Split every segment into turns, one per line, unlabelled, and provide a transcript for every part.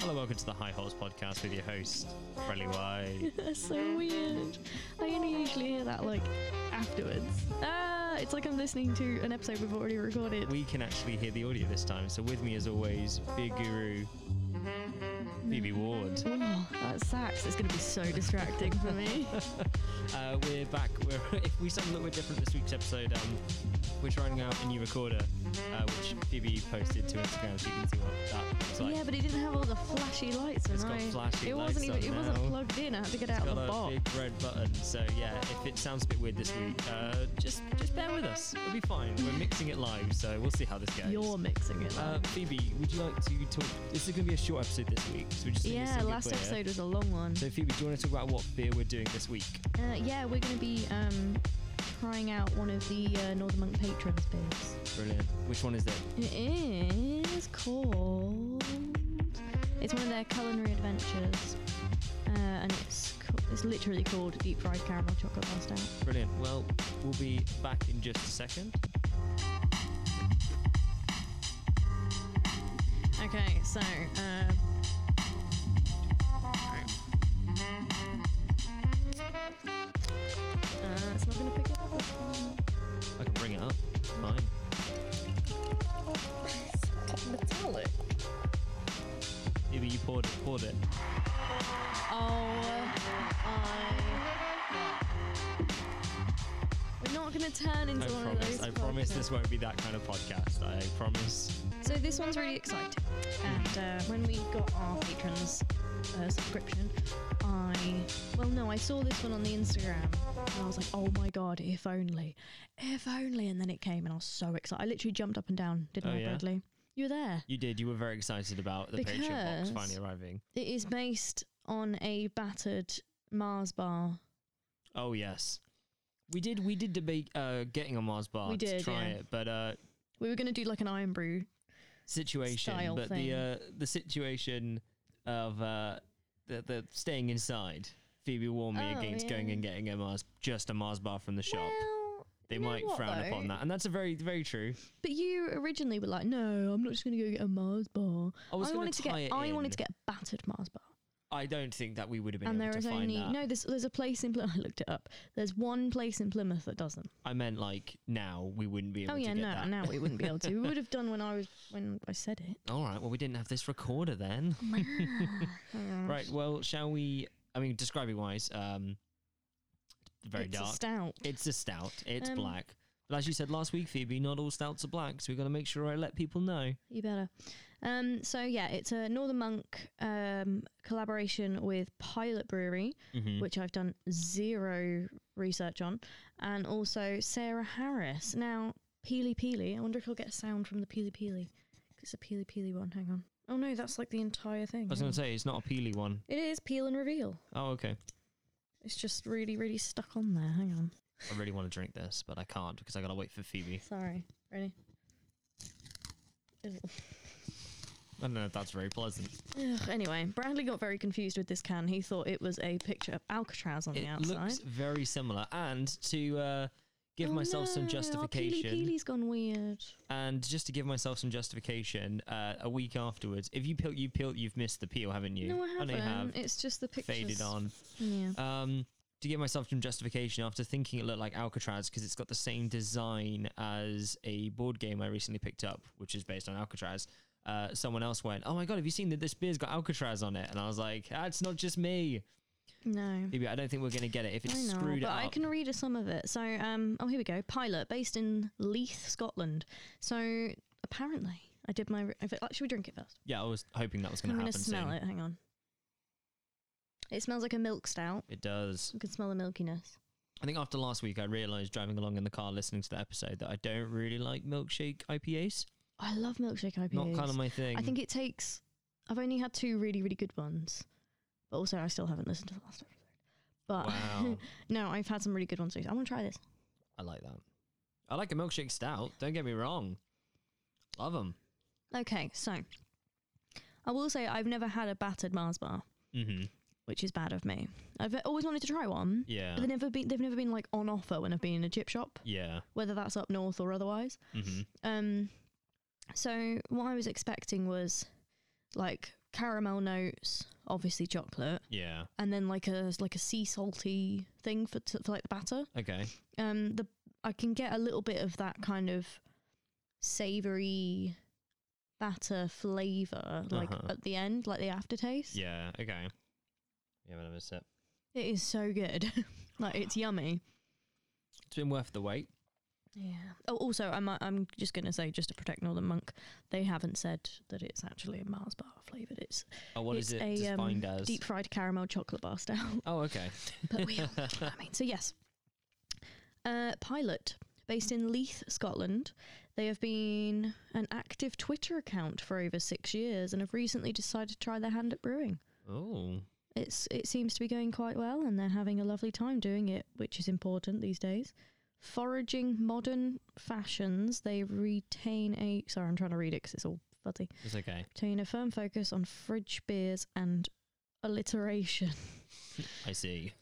Hello, welcome to the High Holes podcast with your host, Riley White.
That's so weird. I only usually hear that like afterwards. Ah, it's like I'm listening to an episode we've already recorded.
We can actually hear the audio this time. So with me, as always, Big Guru, Phoebe Ward.
Oh, that sucks. It's going to be so distracting for me.
Uh, we're back. We're, if we sound a little bit different this week's episode, um, we're trying out a new recorder, uh, which Phoebe posted to Instagram, so you can see what that looks like.
yeah, but it didn't have all the flashy lights when
It's got
I.
flashy
it
lights
wasn't even.
on
It wasn't
now.
plugged in. I had to get out
got
of the
a
box.
big red button, so yeah. If it sounds a bit weird this week, uh, just just bear with us. It'll be fine. We're mixing it live, so we'll see how this goes.
You're mixing it.
Uh,
up.
Phoebe, would you like to talk? This is going to be a short episode this week. So we just need to
yeah,
sip a
last
beer.
episode was a long one.
So Phoebe, do you want to talk about what beer we're doing this week?
Uh, yeah, we're going to be um, trying out one of the uh, Northern Monk patrons beers.
Brilliant. Which one is it?
It is called. It's one of their culinary adventures, uh, and it's co- it's literally called deep fried caramel chocolate bar stout.
Brilliant. Well, we'll be back in just a second.
Okay, so. Uh, Uh, it's not gonna pick it up. this time.
I can bring it up. Fine. Phoebe, you poured it. Poured it.
Oh, I- We're not gonna turn into
I
one of
promise.
those.
I promise
podcasts.
this won't be that kind of podcast. I promise.
So this one's really exciting, and uh, when we got our patrons uh, subscription, I well no, I saw this one on the Instagram, and I was like, oh my god, if only, if only, and then it came, and I was so excited. I literally jumped up and down, didn't
Oh,
I,
yeah?
Bradley? You were there.
You did. You were very excited about the Patreon box
Because-
finally arriving.
It is based on a battered Mars bar.
Oh yes. We did. We did debate uh, getting a Mars bar
We
to
did,
try
yeah.
it, but uh,
We were gonna do like an iron brew.
situation,
style
but
thing.
the uh, the situation of uh, the the staying inside. Phoebe warned me
Oh,
against going
yeah.
and getting a Mars just a Mars bar from the shop.
Well,
they
you know
might
what,
frown
though?
upon that, and that's a very very true.
But you originally were like, no, I'm not just gonna go get a Mars bar.
I was gonna
wanted to
tie it
get. I wanted
in.
to get a battered Mars bar.
I don't think that we would have been
and
able
there is
to find
only
that.
no. There's there's a place in Plymouth. I looked it up. There's one place in Plymouth that doesn't.
I meant like now we wouldn't be able
oh
to
yeah,
get
no,
that.
now we wouldn't be able to. We would have done when I was when I said it.
All right, well we didn't have this recorder then. Right, well shall we? I mean, describing wise, um, very
it's a
dark.
stout.
It's a stout. It's
Um,
black. But as you said last week, Phoebe, not all stouts are black, so we've got to make sure I let people know.
You better. Um. So yeah, it's a Northern Monk um collaboration with Pilot Brewery,
Mm-hmm.
which I've done zero research on, and also Sarah Harris. Now Peely Peely. I wonder if I'll get a sound from the Peely Peely. 'Cause It's a Peely Peely one. Hang on. Oh no, that's like the entire thing.
I was
Hang
going
on.
to say, it's not a peely one.
It is peel and reveal.
Oh, okay.
It's just really, really stuck on there. Hang on.
I really want to drink this, but I can't because i got to wait for Phoebe.
Sorry. Ready? Ugh.
I don't know if that's very pleasant.
Ugh, Anyway, Bradley got very confused with this can. He thought it was a picture of Alcatraz on
It
the outside.
looks very similar. And to uh, give
Oh
myself
no,
some
our
justification,
Peely Peely's gone weird.
and just to give myself some justification, uh, a week afterwards, if you peel, you peel, you've missed the peel, haven't you?
No, I
know
haven't.
you have.
It's just the pictures.
Faded on.
Yeah.
um, to give myself some justification after thinking it looked like Alcatraz because it's got the same design as a board game I recently picked up, which is based on Alcatraz. Uh, someone else went, "Oh my god, have you seen that this beer's got Alcatraz on it?" And I was like, "That's not just me.
No.
Maybe I don't think we're gonna get it if it's
I know,
screwed
but
up."
I can read us some of it. So, um, oh, here we go. Pilot, based in Leith, Scotland. So, apparently, I did my. Re- should we drink it first?
yeah, I was hoping that was gonna
I'm gonna
happen
smell
soon.
it. Hang on. It smells like a milk stout.
It does.
You can smell the milkiness.
I think after last week, I realized driving along in the car listening to the episode that I don't really like milkshake IPAs.
I love milkshake IPAs.
Not kind of my thing.
I think it takes. I've only had two really really good ones, but also I still haven't listened to the last episode. But
wow,
no, I've had some really good ones. recently. I want to try this.
I like that. I like a milkshake stout. Don't get me wrong. Love them.
Okay, so I will say I've never had a battered Mars bar,
Mm-hmm.
which is bad of me. I've always wanted to try one.
Yeah.
But they've never been. They've never been like on offer when I've been in a chip shop,
Yeah.
whether that's up north or otherwise.
Mm-hmm.
Um, so what I was expecting was like caramel notes, obviously chocolate,
Yeah.
and then like a like a sea salty thing for, t- for like the batter.
Okay.
Um, the I can get a little bit of that kind of savory batter flavor like
Uh-huh.
at the end, like the aftertaste.
Yeah. Okay. Yeah, but I miss it.
It is so good. like it's yummy.
It's been worth the wait.
Yeah. Oh, also, I'm I'm just gonna say, just to protect Northern Monk, they haven't said that it's actually a Mars bar flavored. It's
Oh, what
it's
is it
a um,
defined as?
deep fried caramel chocolate bar style.
oh, okay.
but we all know what I mean. So yes, uh, Pilot, based in Leith, Scotland, they have been an active Twitter account for over six years and have recently decided to try their hand at brewing.
Oh,
It's it seems to be going quite well, and they're having a lovely time doing it, which is important these days. Foraging modern fashions, they retain a sorry, I'm trying to read it 'cause it's all fuzzy.
it's okay.
Retain a firm focus on fridge beers and alliteration.
I see.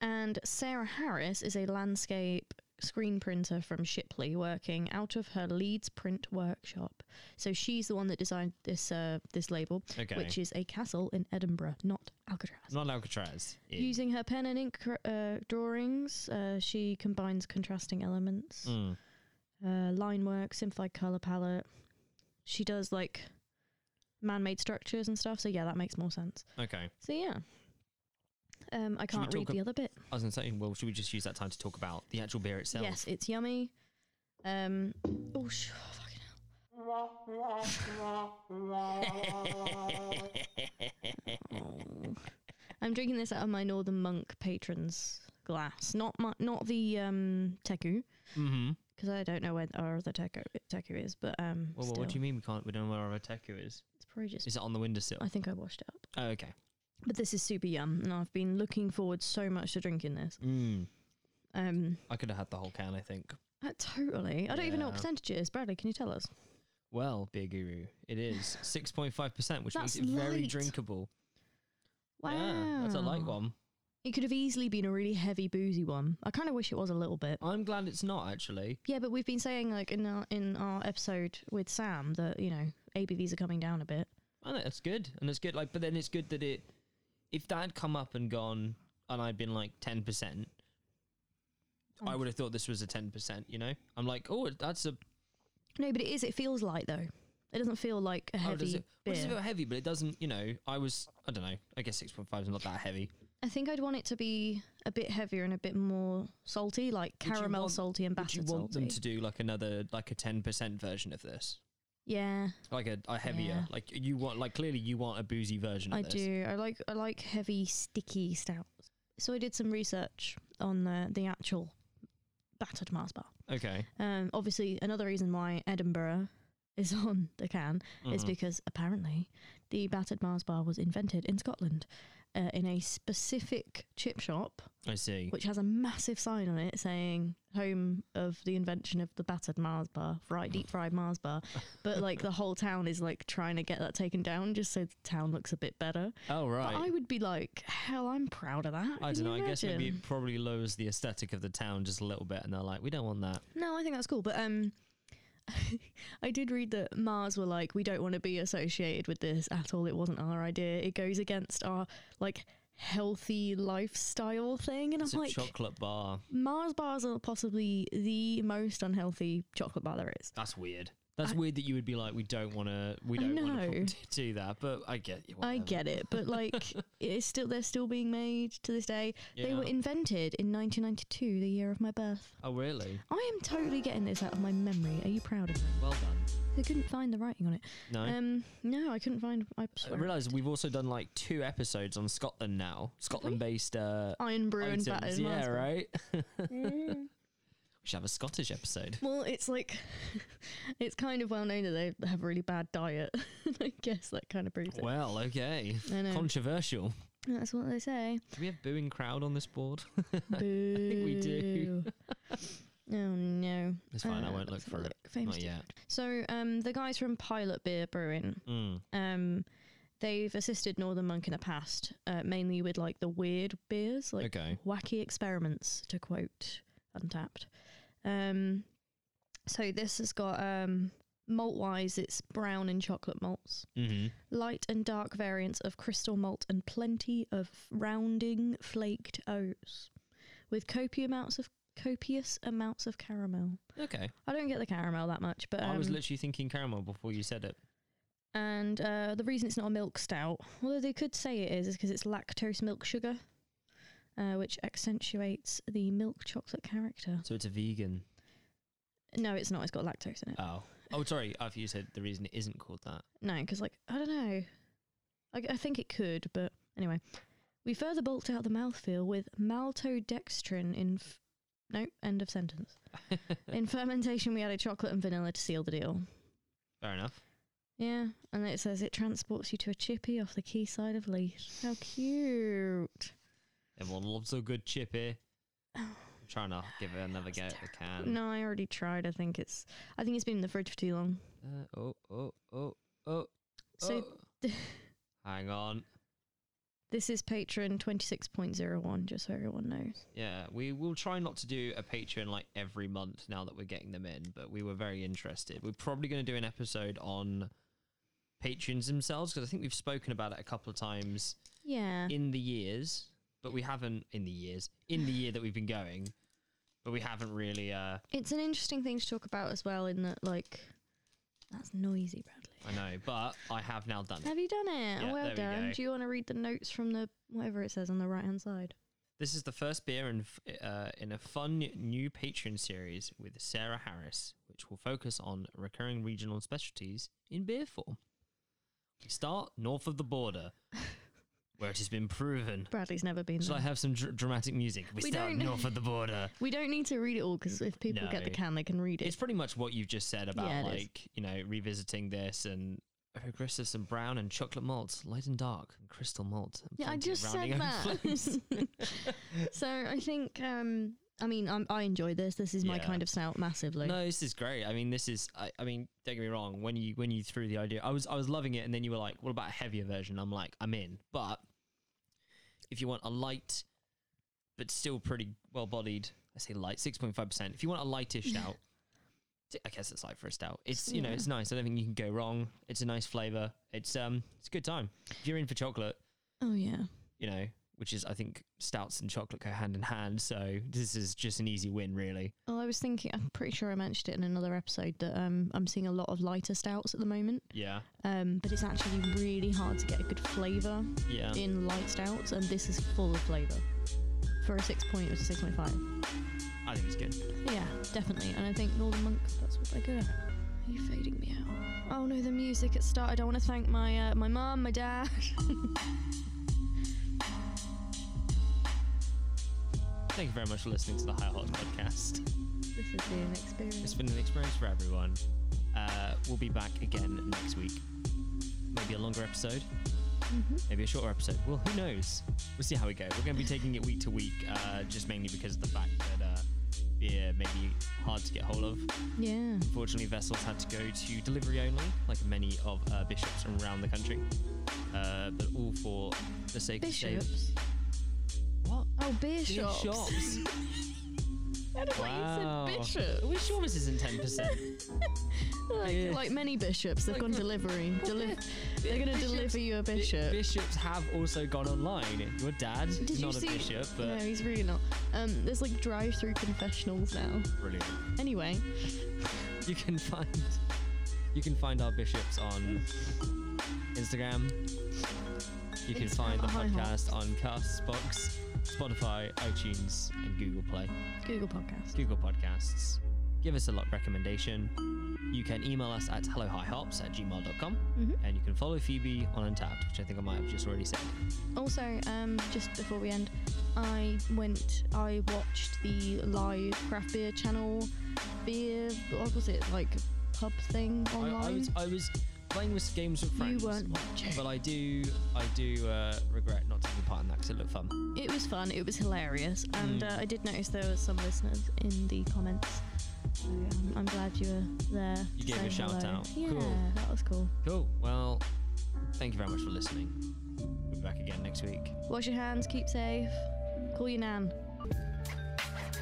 And Sarah Harris is a landscape screen printer from Shipley working out of her Leeds print workshop. So she's the one that designed this uh, this label,
Okay.
which is a castle in Edinburgh, not Alcatraz.
Not Alcatraz. Yeah.
Using her pen and ink cr- uh, drawings, uh, she combines contrasting elements,
Mm.
uh, line work, simplified color palette. She does like man-made structures and stuff. So yeah, that makes more sense.
Okay.
So yeah, um,
Should
I
we
can't read
talk ab-
the other bit.
I was going to say, well, should we just use that time to talk about the actual beer itself?
Yes, it's yummy. Um, oh, sh- oh, fucking hell. Oh. I'm drinking this out of my Northern Monk patrons glass, not my, not the um, teku,
Mm-hmm.
because I don't know where our other teku, teku is. But um,
Well,
still,
what do you mean we can't? We don't know where our teku is.
it's probably just.
Is it on the windowsill?
I think I washed it up.
Oh, okay.
But this is super yum, and I've been looking forward so much to drinking this.
Mm.
Um,
I could have had the whole can, I think.
uh, totally. I don't even know what
Yeah.
percentage it is. Bradley, can you tell us?
Well, beer guru, it is 6.5%, which makes
That's
it very
light.
drinkable.
Wow,
Yeah, that's a light one.
It could have easily been a really heavy boozy one. I kind of wish it was a little bit.
I'm glad it's not, actually.
Yeah, but we've been saying like in our in our episode with Sam that you know ABVs are coming down a bit.
I think that's good. And it's good, like, but then it's good that it, if that had come up and gone and I'd been like 10%, I
Mm.
would have thought this was a 10%, you know? I'm like, oh, it- that's a.
No, but it is. It feels light though. It doesn't feel like a
oh, does
heavy
it, well, does it
beer.
feel heavy, but it doesn't, you know, I was, I don't know, I guess 6.5 is not that heavy.
I think I'd want it to be a bit heavier and a bit more salty, like
Would you
caramel
want-
salty and
Would you
battered
want
salty.
them to do like another, like a 10% version of this?
yeah,
Like a, a heavier,
Yeah.
like you want, like clearly you want a boozy version of
I
this.
do. I like I like heavy sticky stouts. So I did some research on the the actual battered Mars bar.
Okay.
Um, obviously, another reason why Edinburgh is on the can is
Mhm.
because apparently the battered Mars bar was invented in Scotland uh, in a specific chip shop,
I see.
which has a massive sign on it saying "Home of the invention of the battered Mars bar, fried deep fried Mars bar." But like the whole town is like trying to get that taken down just so the town looks a bit better.
Oh right.
But I would be like, hell, I'm proud of that.
I
Can
don't
you
know. I guess maybe
imagine?
it probably lowers the aesthetic of the town just a little bit, and they're like, "We don't want that."
No, I think that's cool. But um, I did read that Mars were like, we don't want to be associated with this at all. It wasn't our idea. It goes against our like healthy lifestyle thing. And I'm
It's a
like,
chocolate bar.
Mars bars are possibly the most unhealthy chocolate bar there is.
That's weird. That's
I-
weird that you would be like, "We don't want to. We
I
don't want
know.
to do that." But I get you.
I
whatever.
get it, but like, it's still they're still being made to this day. They were
Yeah.
invented in 1992, the year of my birth.
oh really?
I am totally getting this out of my memory. Are you proud of me?
Well done.
I couldn't find the writing on it.
No.
Um, no, I couldn't find. I
I
swear.
realize we've also done like two episodes on Scotland now. Scotland-based uh,
Iron brew and
items.
battered.
yeah, right. we
right.
should have a Scottish episode.
well, it's like it's kind of well known that they have a really bad diet. I guess that kind of proves it.
Well, okay.
I know.
Controversial.
That's what they say.
Do we have booing crowd on this board?
Boo. I
think we do.
oh no.
It's fine. I
Uh,
won't look
let's have
for
a
it.
look. Famous
Not yet.
So, um, the guys from Pilot Beer Brewing,
Mm.
um, they've assisted Northern Monk in the past, uh, mainly with like the weird beers, like
okay.
wacky experiments to quote untapped um so this has got um Malt wise, it's brown and chocolate malts,
Mm-hmm.
light and dark variants of crystal malt, and plenty of rounding flaked oats, with copious amounts of copious amounts of caramel.
Okay.
I don't get the caramel that much, but um,
I was literally thinking caramel before you said it.
and uh, the reason it's not a milk stout, although they could say it is, is because it's lactose milk sugar, uh, which accentuates the milk chocolate character.
So it's a vegan.
No, it's not. It's got lactose in it.
Oh. Oh, sorry. I thought you said the reason it isn't called that.
No, because like I don't know. I, g- I think it could, but anyway. We further bulked out the mouthfeel with maltodextrin in. F- nope, end of sentence. in fermentation, we added chocolate and vanilla to seal the deal.
Fair enough.
Yeah, and it says it transports you to a chippy off the quayside of Leith. How cute!
Everyone loves a good chippy. I'm trying to give it another
That's
go at the can.
No, I already tried. I think it's. I think it's been in the fridge for too long.
Uh, oh, oh, oh, oh.
So-
oh. Hang on.
This is patron twenty six point zero one. Just so everyone knows.
Yeah, we will try not to do a Patreon like every month now that we're getting them in, but we were very interested. We're probably going to do an episode on patrons themselves because I think we've spoken about it a couple of times
Yeah.
in the years, but we haven't in the years in the year that we've been going, but we haven't really. uh
It's an interesting thing to talk about as well, in that like that's noisy, Bradley.
I know, but I have now done it.
Have you done it?
Yeah, there
well
we
done.
go.
Do you want to read the notes from the whatever it says on the right hand side?
This is the first beer in f- uh, in a fun new Patreon series with Sarah Harris, which will focus on recurring regional specialties in beer form. We start north of the border, where it has been proven.
Bradley's never been
Shall
there.
I have some dr- dramatic music? We,
We
start
don't-
north of the border.
we don't need to read it all because if people get the
No.
can, they can read it.
It's pretty much what you've just said about
Yeah, it is.
like you know revisiting this and. Progressives and brown and chocolate malt, light and dark, and crystal malt. and
Yeah, I
plenty of
just said
rounding oak flames.
that. so I think, um, I mean, I'm, I enjoy this. This is my
Yeah.
kind of snout massively.
No, this is great. I mean, this is. I, I mean, don't get me wrong. When you when you threw the idea, I was I was loving it, and then you were like, "What about a heavier version?" I'm like, "I'm in." But if you want a light, but still pretty well bodied, I say light, six point five percent. If you want a lightish stout, t- I guess it's light for a stout. It's you know,
Yeah.
it's nice. I don't think you can go wrong. It's a nice flavor. It's um, it's a good time. If you're in for chocolate,
Oh yeah,
you know, which is I think stouts and chocolate go hand in hand. So this is just an easy win, really.
Well, Oh, I was thinking. I'm pretty sure I mentioned it in another episode that um, I'm seeing a lot of lighter stouts at the moment.
Yeah,
Um, but it's actually really hard to get a good flavour
yeah.
in light stouts, and this is full of flavour for a six point or six point five.
I think it's good.
Yeah, definitely. And I think Northern Monks, that's what they're good at. Are you fading me out? Oh no, the music it started. I want to thank my uh, my mum, my dad.
Thank you very much for listening to the High Hot Podcast.
This has been an experience.
It's been an experience for everyone. Uh, we'll be back again next week. Maybe a longer episode,
hmm
maybe a shorter episode. Well, who knows? We'll see how we go. We're going to be taking it week to week, uh, just mainly because of the fact that uh, beer may be hard to get hold of.
Yeah.
Unfortunately, vessels had to go to delivery only, like many of uh, bishops from around the country. Uh, but all for the sake of
Bishops.
save. What?
Oh, beer
Beer
shops.
shops.
I don't know
Wow.
why you said
Are we sure this isn't 10%?
bishop. Like,
Yeah.
like many bishops, they've
Like-
gone delivery. Deli- they're going to
Bishops-
deliver you a
Bi-
bishop.
bishops have also gone online. Your dad,
Did you
not
see?
a bishop,
No,
but
he's really not. Um, there's like drive-through confessionals now.
brilliant.
Anyway,
You can find you can find our bishops on Instagram. You can
Instagram
find the
at High
podcast on Castbox, Spotify, iTunes, and Google Play,
Google Podcast.
Google Podcasts. Give us a lot recommendation. You can email us at hellohighhops at gmail.com
Mhm.
and you can follow Phoebe on Untapped, which I think I might have just already said.
Also, um, just before we end, I went, I watched the live craft beer channel, beer, what was it, like pub thing
I,
online?
I was I was playing with games with friends.
you weren't watching.
But I do, I do uh, regret not taking part in that because it looked fun.
It was fun, it was hilarious, and
Mm.
uh, I did notice there was some listeners in the comments. So um, I'm glad you were there.
You
to
gave
say
a shout
hello.
out.
Yeah,
Cool.
that was cool.
Cool. Well, thank you very much for listening. We'll be back again next week.
Wash your hands, keep safe, call your nan.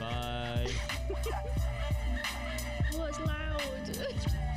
Bye.
Oh, it's loud.